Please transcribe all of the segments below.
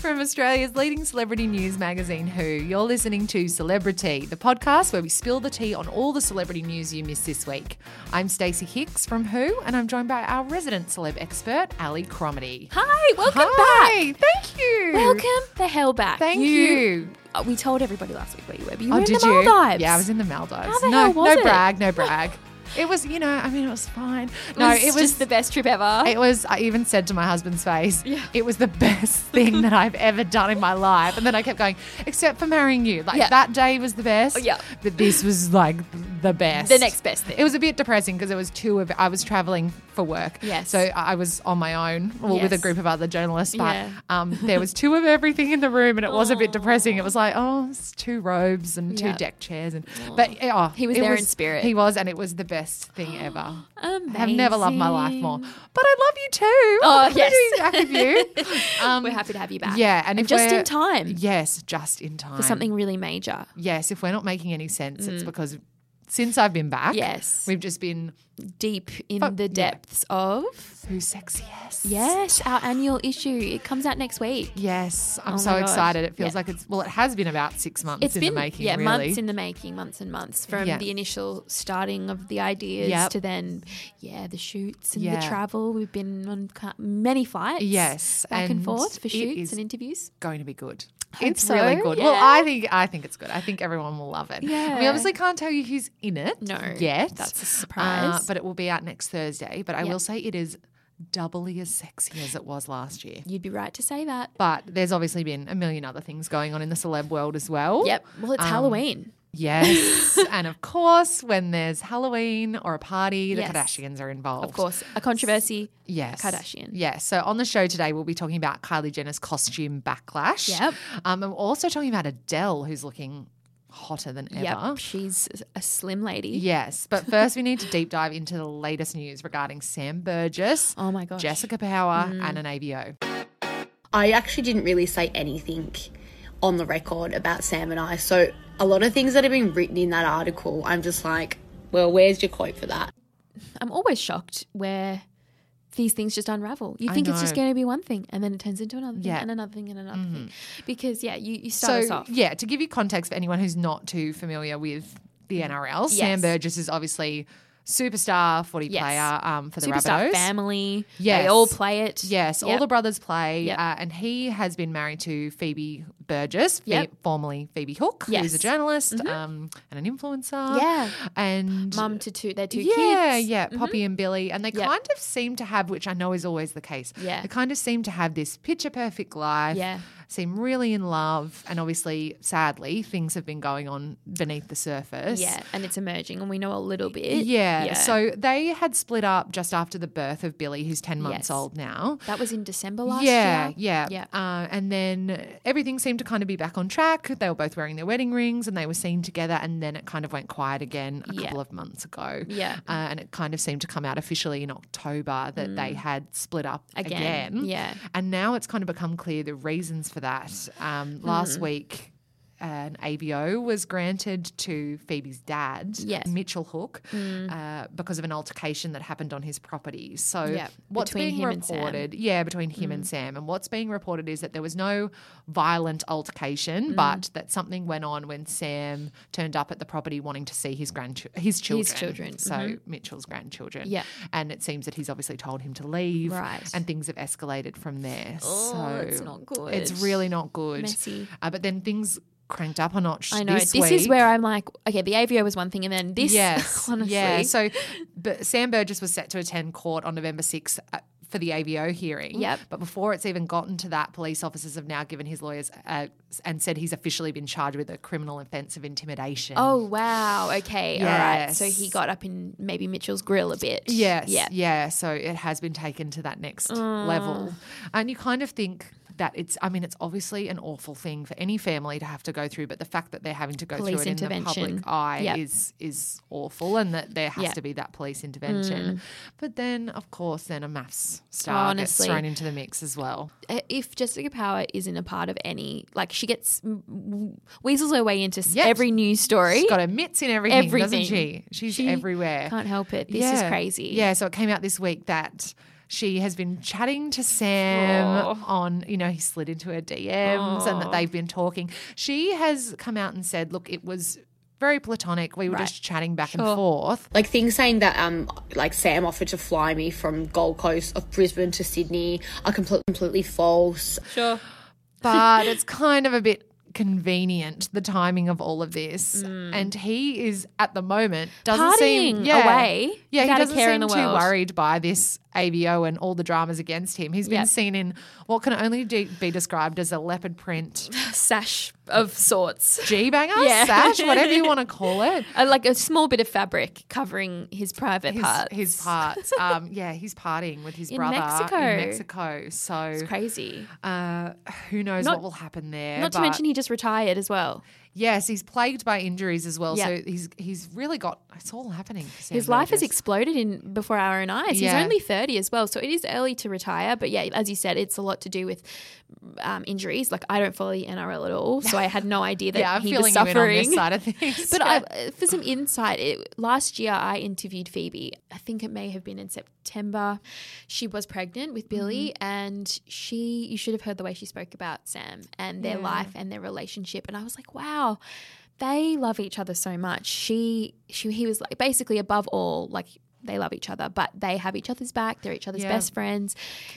From Australia's leading celebrity news magazine, Who, you're listening to Celebrity, the podcast where we spill the tea on all the celebrity news you missed this week. I'm Stacey Hicks from Who, and I'm joined by our resident celeb expert, Ali Cromedy. Hi, welcome Hi, back. Thank you. Welcome the hell back. Thank you. Uh, We told everybody last week where you were, but you Oh, were in did the you? Maldives. Yeah, I was in the Maldives. How the no, hell was no it? brag, no brag. It was, you know, I mean, it was fine. no, it was just the best trip ever. It was, I even said to my husband's face, it was the best thing that I've ever done in my life. And then I kept going, except for marrying you. Like Yeah. that day was the best. yeah. But this was like the best. The next best thing. It was a bit depressing because it was two of, I was traveling for work. Yes. So I I was on my own or with a Yes. group of other journalists. But Yeah. um, there was two of everything in the room and it was a bit depressing. It was like, oh, it's two robes and two Yeah. deck chairs. And, but oh, He was it there in spirit. Ah. He was, and it was the best thing ever. I've never loved my life more. But I love you too. Happy Oh, to be yes. back with you. Um, we're happy to have you back. Yeah, and, and, if just we're- in time Yes, just in time for something really major. Yes, if we're not making any sense, it's because since I've been back, Yes. we've just been Deep in Fuck, yeah. the depths of who's sexiest. yes, our annual issue. It comes out next week. Yes, I'm Oh so my gosh. excited. It feels Yeah. like it's well, it has been about six months It's in been the making, yeah really. months in the making, months and months from Yeah. the initial starting of the ideas Yep. to then yeah the shoots and Yeah. the travel. We've been on ca- many flights, Yes, back and and forth for it shoots is- and interviews. going to be good. Hope It's really so, good. Well, yeah. I think I think it's good. I think everyone will love it. And we Yeah. obviously can't tell you who's in it. No, yet. uh, that's a surprise. but it will be out next Thursday. But I Yep. will say it is doubly as sexy as it was last year. You'd be right to say that. But there's obviously been a million other things going on in the celeb world as well. Um, Yep. Well, it's Halloween. Yes. and of course, when there's Halloween or a party, the Yes. Kardashians are involved. Of course, a controversy. Yes. Kardashian. Yes. So on the show today, we'll be talking about Kylie Jenner's costume backlash. Yep. Um, and we're also talking about Adele, who's looking hotter than ever. Yep, she's a slim lady. Yes. But first, we need to deep dive into the latest news regarding Sam Burgess, Oh my gosh. Mm. Jessica Power, and an ABO. I actually didn't really say anything on the record about Sam and I. So a lot of things that have been written in that article, I'm just like, well, where's your quote for that? I'm always shocked where these things just unravel. You I think it's just know. going to be one thing, and then it turns into another thing, Yeah. Mm-hmm. and another thing, and another thing. Because yeah, you you start us So, off. yeah, to give you context for anyone who's not too familiar with the NRL, Sam Yes. Burgess is obviously superstar footy Yes. player um, for the Superstar Rabbitohs. family. Yes. They all play it. Yes, all Yep. the brothers play, Yep. uh, and he has been married to Phoebe Burgess, Phoe- Yep. formerly Phoebe Hook, who's a Yes. Mm-hmm. journalist um, and an influencer. Yeah. and Mum to two, their two yeah, kids. Mm-hmm. yeah, Poppy and Billy, and they Yep. kind of seem to have, which I know is always the case. Yeah. they kind of seem to have this picture perfect life. Yeah. seem really in love, and obviously, sadly, things have been going on beneath the surface. Yeah, and it's emerging, and we know a little bit. Yeah. So they had split up just after the birth of Billy, who's 10 months Yes. old now. that was in December last yeah, year. Yeah, yeah. Uh, and then everything seemed to kind of be back on track. They were both wearing their wedding rings and they were seen together, and then it kind of went quiet again a Yeah. couple of months ago. Yeah. Uh, and it kind of seemed to come out officially in October that they had split up again. Mm. Again, yeah. And now it's kind of become clear the reasons for that. Um, Hmm. last week, an ABO was granted to Phoebe's dad, Yes. Mm. Mitchell Hook, uh, because of an altercation that happened on his property. So Yep, what's between being him and Sam. Mm. reported, yeah, between him and Sam, and what's being reported is that there was no violent altercation, Mm. but that something went on when Sam turned up at the property wanting to see his grandch- his children, children, Mm-hmm. so Mitchell's grandchildren. Yeah. and it seems that he's obviously told him to leave, Right. And things have escalated from there. Oh, so it's not good. It's really not good. Messy. Uh, but then things cranked up a notch. I know. This, This, is week. where I'm like, okay, the AVO was one thing, and then this. Yes. honestly. Yeah. So but Sam Burgess was set to attend court on November 6th uh, for the AVO hearing. Yep. But before it's even gotten to that, police officers have now given his lawyers uh, and said he's officially been charged with a criminal offence of intimidation. Oh wow. Okay. All right. So Mm. Yes. he got up in maybe Mitchell's grill a bit. Yes. Yeah. Yeah. So it has been taken to that next level. And you kind of think that it's, I mean, it's obviously an awful thing for any family to have to go through, but the fact that they're having to go through Police it in the public intervention. eye Yep. is is awful and that there has Yep. Mm. to be that police intervention. But then, of course, then a maths star gets Honestly. thrown into the mix as well. Uh, If Jessica Power isn't a part of any, like she gets w- weasels her way into s Yep. every news story. She's got her mitts in everything, doesn't Everything. she? She's She everywhere. can't help it. This is crazy. Yeah, so it came out this week that she has been chatting to Sam on, you know, he slid into her DMs and that they've been talking. She has come out and said, look, it was very platonic. We were just chatting back and forth. like things saying that um like Sam offered to fly me from Gold Coast of Brisbane to Sydney are compl- completely false. but it's kind of a bit convenient the timing of all of this and he is at the moment doesn't seem Mm. Partying yeah, away yeah he without a doesn't care seem in the too world. worried by this ABO and all the dramas against him he's been Yep. seen in what can only de- be described as a leopard print Sash of sorts. G banger Yeah. sash whatever you want to call it Uh, like a small bit of fabric covering his private his parts. his parts um yeah he's partying with his In brother Mexico. in Mexico so It's crazy. uh, who knows Not- what will happen there Not to but- mention he just retired as well. Yes, he's plagued by injuries as well. Yeah. So he's he's really got it's all happening. for Sam His life has Burgess. exploded in before our own eyes. Yeah. He's only 30 as well, so it is early to retire. But yeah, as you said, it's a lot to do with um, injuries. Like I don't follow the NRL at all, so I had no idea that yeah, I'm he feeling was you in on suffering. this side of things. But I, uh, for some insight, it, last year I interviewed Phoebe. I think it may have been in September. She was pregnant with Billy, Mm-hmm. and she you should have heard the way she spoke about Sam and their life and their relationship. And I was like, wow. They love each other so much. She, she, he was like basically above all, like they love each other, but they have each other's back. They're each other's Yeah. best friends.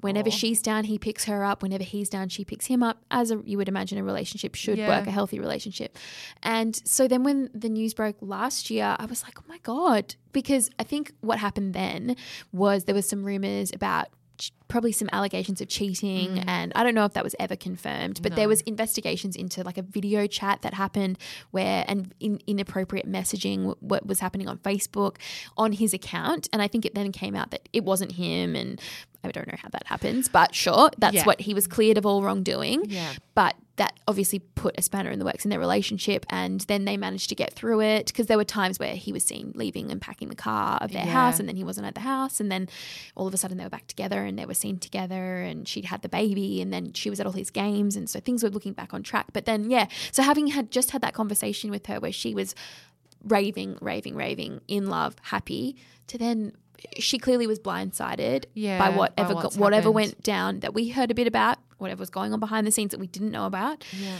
Whenever she's down, he picks her up. Whenever he's down, she picks him up. As a, you would imagine, a relationship should Yeah. work, a healthy relationship. And so then when the news broke last year, I was like, oh my God. Because I think what happened then was there was some rumors about ch- probably some allegations of cheating and I don't know if that was ever confirmed but there was investigations into like a video chat that happened where and in, inappropriate messaging w- what was happening on Facebook on his account and I think it then came out that it wasn't him and I don't know how that happens but sure that's Yeah. what he was cleared of all wrongdoing Yeah. but that obviously put a spanner in the works in their relationship and then they managed to get through it because there were times where he was seen leaving and packing the car of their house and then he wasn't at the house and then all of a sudden they were back together and they were seen together and she'd had the baby and then she was at all his games and so things were looking back on track but then yeah so having had just had that conversation with her where she was raving raving raving in love happy to then she clearly was blindsided Yeah, by by whatever what's go- whatever happened. went down that we heard a bit about, whatever was going on behind the scenes that we didn't know about. Yeah.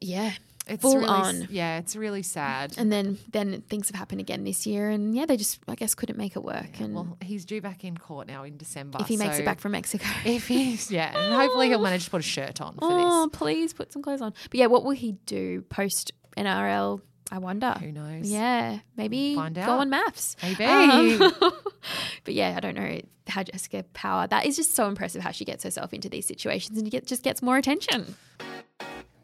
Yeah. it's full really, s- on. Yeah, it's really sad. And then then things have happened again this year and yeah, they just I guess couldn't make it work. and well, he's due back in court now in December. if he makes so it back from Mexico. if he's yeah, and hopefully he'll manage to put a shirt on for oh, please put some clothes on. But yeah, what will he do post NRL? I wonder. this. Who knows? Yeah, maybe Find go out. on maths. Um, Maybe. but yeah, I don't know how Jessica Power. That is just so impressive how she gets herself into these situations and get, just gets more attention.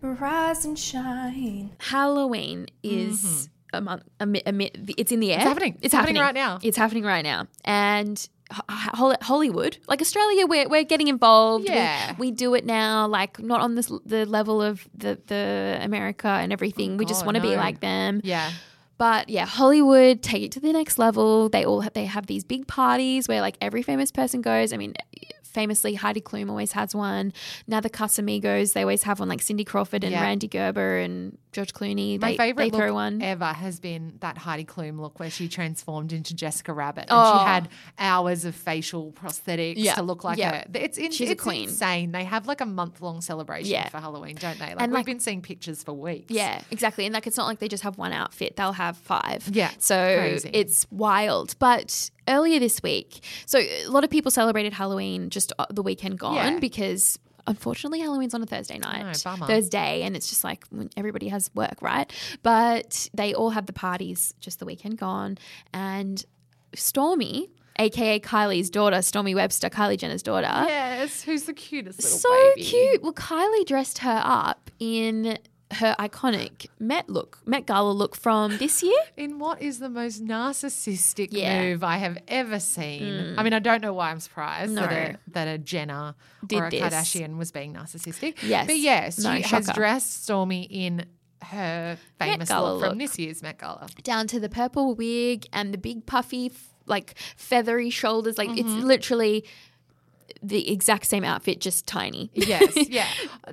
Rise and shine. Halloween is a month. A, mi- a, mi- it's in the air. It's happening. Mm-hmm. It's happening right now. It's happening right now. And ho- ho- Hollywood, like Australia, we're, we're getting involved. We- Yeah. we, do it now. Like not on this the level of the the America and everything. we just God, want to be Oh, no. like them. Yeah. But yeah, Hollywood take it to the next level. They all have, they have these big parties where like every famous person goes. I mean, famously Heidi Klum always has one. Now the Casamigos they always have one like Cindy Crawford and Yeah. Randy Gerber and George Clooney. My they, favorite they throw look one. ever has been that Heidi Klum look where she transformed into Jessica Rabbit, and Oh. she had hours of facial prosthetics Yeah. to look like Yeah. her. It's in, She's a it's queen. insane. They have like a month long celebration Yeah. for Halloween, don't they? Like And, we've like- been seeing pictures for weeks. Yeah, exactly. And like, it's not like they just have one outfit, they'll have five. Yeah, So crazy. it's wild. But earlier this week, so a lot of people celebrated Halloween just uh, the weekend gone Yeah. because. Unfortunately, Halloween's on a Thursday night, bummer. Thursday, and it's just like when everybody has work, right? But they all have the parties just the weekend gone. And Stormy, aka Kylie's daughter, Stormy Webster, Kylie Jenner's daughter, Yes, who's the cutest little so baby? cute. Well, Kylie dressed her up in her iconic Met look, Met Gala look from this year. In what is the most narcissistic Yeah. Mm. move I have ever seen? I mean, I don't know why I'm surprised that, a, No. that a Jenner Did or a this. Kardashian was being narcissistic. Yes. But yes, No, she has shocker. dressed Stormy in her famous Gala look from look. this year's Met Gala. down to the purple wig and the big puffy f- like feathery shoulders like it's literally the exact same outfit just tiny Yes, yeah.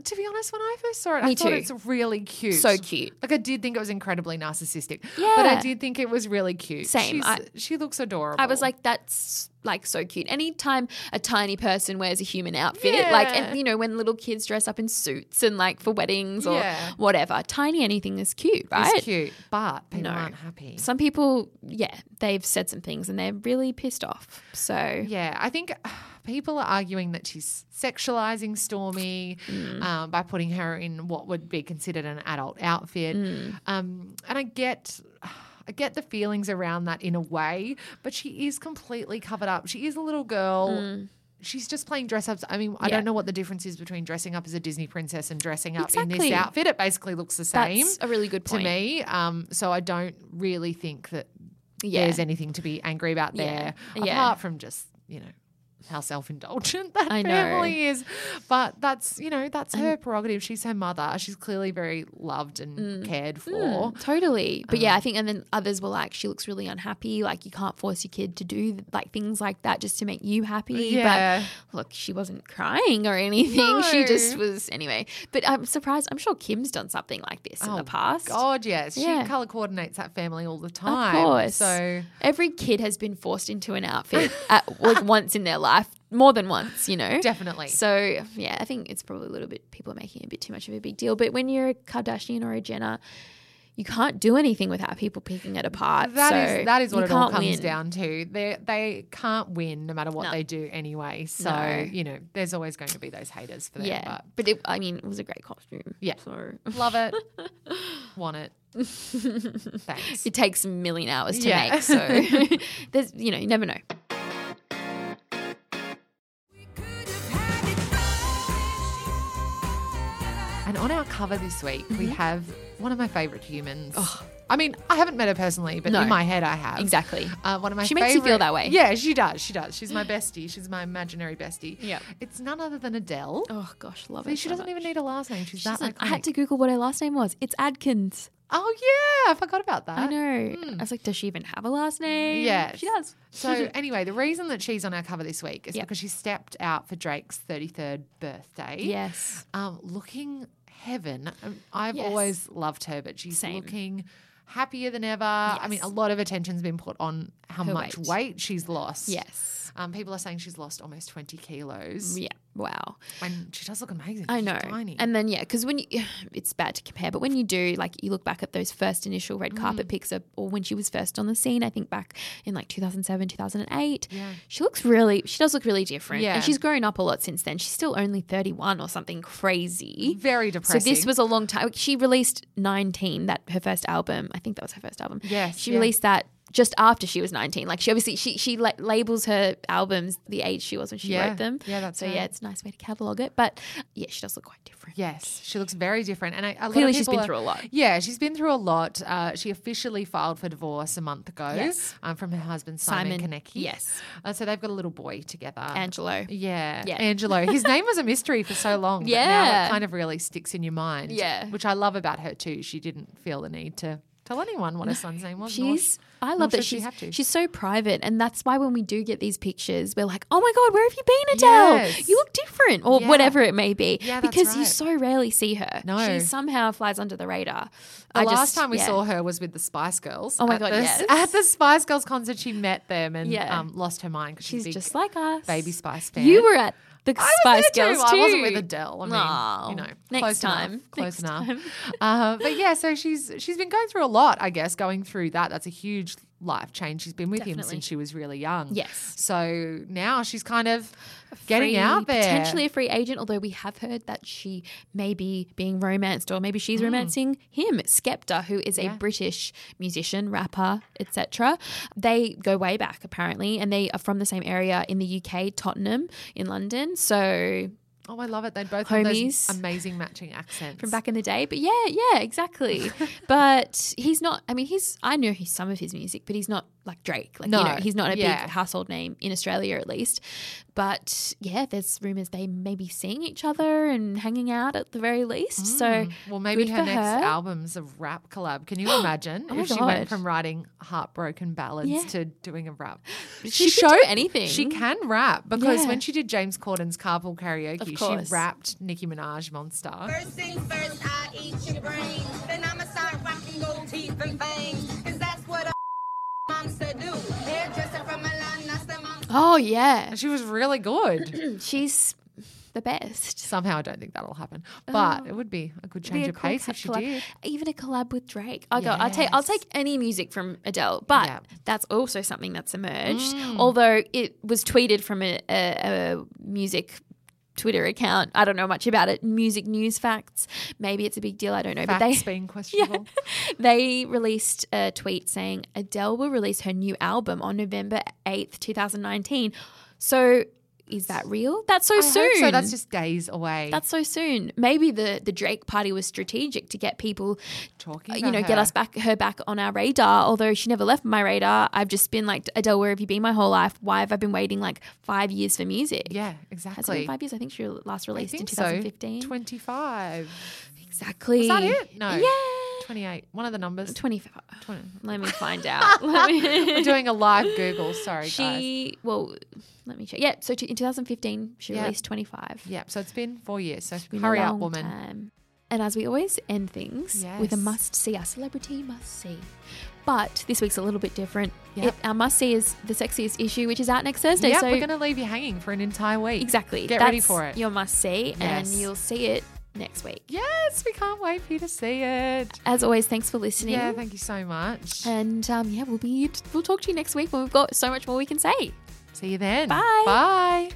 to be honest, when I first saw it, I Me thought too. it's really cute. So cute. Like I did think it was incredibly narcissistic. But I Yeah. did think it was really cute. Same. She's, I- she looks adorable. i was like that's like so cute anytime a tiny person wears a human outfit like Yeah. and you know when little kids dress up in suits and like for weddings or Yeah. whatever tiny anything is cute right it's cute, but people No. aren't happy. some people yeah they've said some things and they're really pissed off so Yeah, I think people are arguing that she's sexualizing Stormy Mm. um, by putting her in what would be considered an adult outfit, Mm. um, and I get. I get the feelings around that in a way, but she is completely covered up. She is a little girl. She's just playing dress ups. I mean, I Mm. Yeah. don't know what the difference is between dressing up as a Disney princess and dressing up in this Exactly. outfit. It basically looks the same that's a really good to point me. Um, so I don't really think that yeah there's anything to be angry about Yeah. there, Yeah. apart from just you know how self-indulgent that I know. family is. But that's you know that's her prerogative. She's her mother. She's clearly very loved and cared for. Mm, totally. But Um, yeah, I think, and then others were like, she looks really unhappy. Like, you can't force your kid to do like things like that just to make you happy. Yeah. But look, she wasn't crying or anything. She just No. was, anyway. But I'm surprised. I'm sure Kim's done something like this in the past. Oh, God, yes, Yeah. she color coordinates that family all the Of time. course. So every kid has been forced into an outfit at like once in their life, more than once, you know? definitely. So yeah, I think it's probably a little bit people are making it a bit too much of a big deal. But when you're a Kardashian or a Jenner, you can't do anything without people picking it apart. That is so that is what you it all can't comes win. down to. They they can't win no matter what No. they do anyway. So No. you know, there's always going to be those haters for them. Yeah, But but it, I mean, it was a great costume. Yeah. so Love it. Want it. Thanks. it takes a million hours to Yeah. make. So there's, you know, you never know. And on our cover this week, we Mm-hmm. have one of my favourite humans. I mean, I haven't met her personally, but No. in my head, I have. Exactly. Uh, one of my She makes you feel favourite- that way. Yeah, she does. She does. She's my bestie. She's my imaginary bestie. Yep. It's none other than Adele. Oh gosh, love So it. she so doesn't much. even need a last name. She's She that doesn't. I iconic. had to Google what her last name was. It's Adkins. Oh yeah, I forgot about that. I know. I was like, does she even have a last name? Ah, hmm. Yes. she does. So anyway, the reason that she's on our cover this week is Yep. because she stepped out for Drake's 33rd birthday. Yes. um, looking heaven. Um, I've Yes. always loved her, but she's Same. looking happier than ever. I mean, a Yes. lot of attention's been put on how Her much weight. weight. she's lost. Yes. Um, people are saying she's lost almost 20 kilos. Yeah. Wow. And she does look amazing. I She's know. Tiny. And then yeah, because when you, it's bad to compare, but when you do, like you look back at those first initial red carpet Mm. pics, of, or when she was first on the scene, I think back in like 2007, 2008, yeah. she looks really, she does look really different, Yeah. and she's grown up a lot since then. She's still only 31 or something crazy. Very depressing. So this was a long time. She released 19, that her first album. I think that was her first album. Yes, She yeah. released that just after she was 19. Like she obviously she she la- labels her albums the age she was when she Yeah. wrote them. Yeah, that's So right. yeah, it's a nice way to catalog it, but yeah, she does look quite different. Yes, she looks very different, and I, a lot Clearly of she's people been are- through a lot. Yeah, she's been through a lot. Uh, she officially filed for divorce a month ago Yes. um, from her husband Simon, Simon, Konecki. yes. uh, so they've got a little boy together, Angelo. Yeah. Yeah. Angelo. His name was a mystery for so long. but now Yeah. it kind of really sticks in your mind. Yeah. Which I love about her too. She didn't feel the need to tell anyone what her son's name was. nor She's sh- I nor love should that she she's have to. she's so private and that's why when we do get these pictures we're like, "Oh my god, where have you been, Adele? Yes. You look different." Or Yeah. whatever it may be Yeah, that's because you right. so rarely see her. No. She somehow flies under the radar. the last time we saw her was with the Spice Girls. Oh my at God, the, yes. At the Spice Girls concert, she met them and Yeah. um, lost her mind because She's big just like us. Baby Spice fan. You were at the I was Spice there too. Girls too. I wasn't with Adele. I mean, you Oh, know, next close time. enough, close Next enough. time. Uh, but yeah, so she's she's been going through a lot. I guess going through that that's a huge life change. She's been with him Definitely. since she was really young. Yes. So now she's kind of getting Free- out there. Potentially a free agent, although we have heard that she may be being romanced or maybe Mm. she's romancing him, Skepta, who is a British musician, rapper, etc. They go way back apparently, and they are from the same area in the UK, Tottenham in London. So Oh, I love it. They both have those Homies. amazing matching accents. from back in the day. But yeah, yeah, exactly. but he's not. I mean, he's. I know he's some of his music, but he's not like Drake. Like No, you know, he's not a yeah. big household name in Australia, at least. But yeah, there's rumors they may be seeing each other and hanging out at the very least. So Mm, Well, maybe good her for next her. album's a rap collab. Can you imagine Oh my if she went God. from writing heartbroken ballads Yeah. to doing a rap? she could do anything. She can rap because Yeah. when she did James Corden's Carpool Karaoke, course. she rapped Nicki Minaj Monster. First thing first, I eat your brain. Then I'ma start rocking gold teeth and fangs. Cause that's what a monster do. Hairdresser from Milan, that's the monster. Oh yeah, She was really good. she's the best. Somehow, I don't think that'll happen, but it would be a good Oh. Be change a of cool pace co- if she collab. did. Even a collab with Drake. I go. I'll take. I'll take any music from Adele, but Yeah. Mm. that's also something that's emerged. Although it was tweeted from a, a, a music. Twitter account. I don't know much about it. Music news facts. Maybe it's a big deal. I don't know. but Facts they being questionable. they released a tweet saying Adele will release her new album on November eighth, two thousand nineteen. So is that real? That's so I hope soon. So that's just days away. That's so soon. Maybe the the Drake party was strategic to get people, Talking uh, you about know, her. get us back her back on our radar. Although she never left my radar, I've just been like Adele, where have you been my whole life? Why have I been waiting like five years for music? yeah, Has it been exactly. five years? I think she last I released in think so. 2015. 25. Exactly. Is that it? No. Yeah. 28. One of the numbers. 25. 20. Let me find out. Let me- We're doing a live Google. Sorry, guys. she, well, let me check. Yeah. So t- in 2015, she Yeah. released 25. Yeah, so it's been four years. So been a hurry up, long woman. time. Um, And as we always end things with a Yes. must see, our celebrity must see. But this week's a little bit different. Yep. It- our must see is the sexiest issue, which is out next Thursday. Yeah, so we're going to leave you hanging for an entire week. exactly, Get that's ready for it. Your must see, Yes. and you'll see it next week. Yes, we can't wait for you to see it. As always, thanks for listening. Yeah, thank you so much. and um, yeah, we'll be we'll talk to you next week when we've got so much more we can say. see you then. Bye. Bye.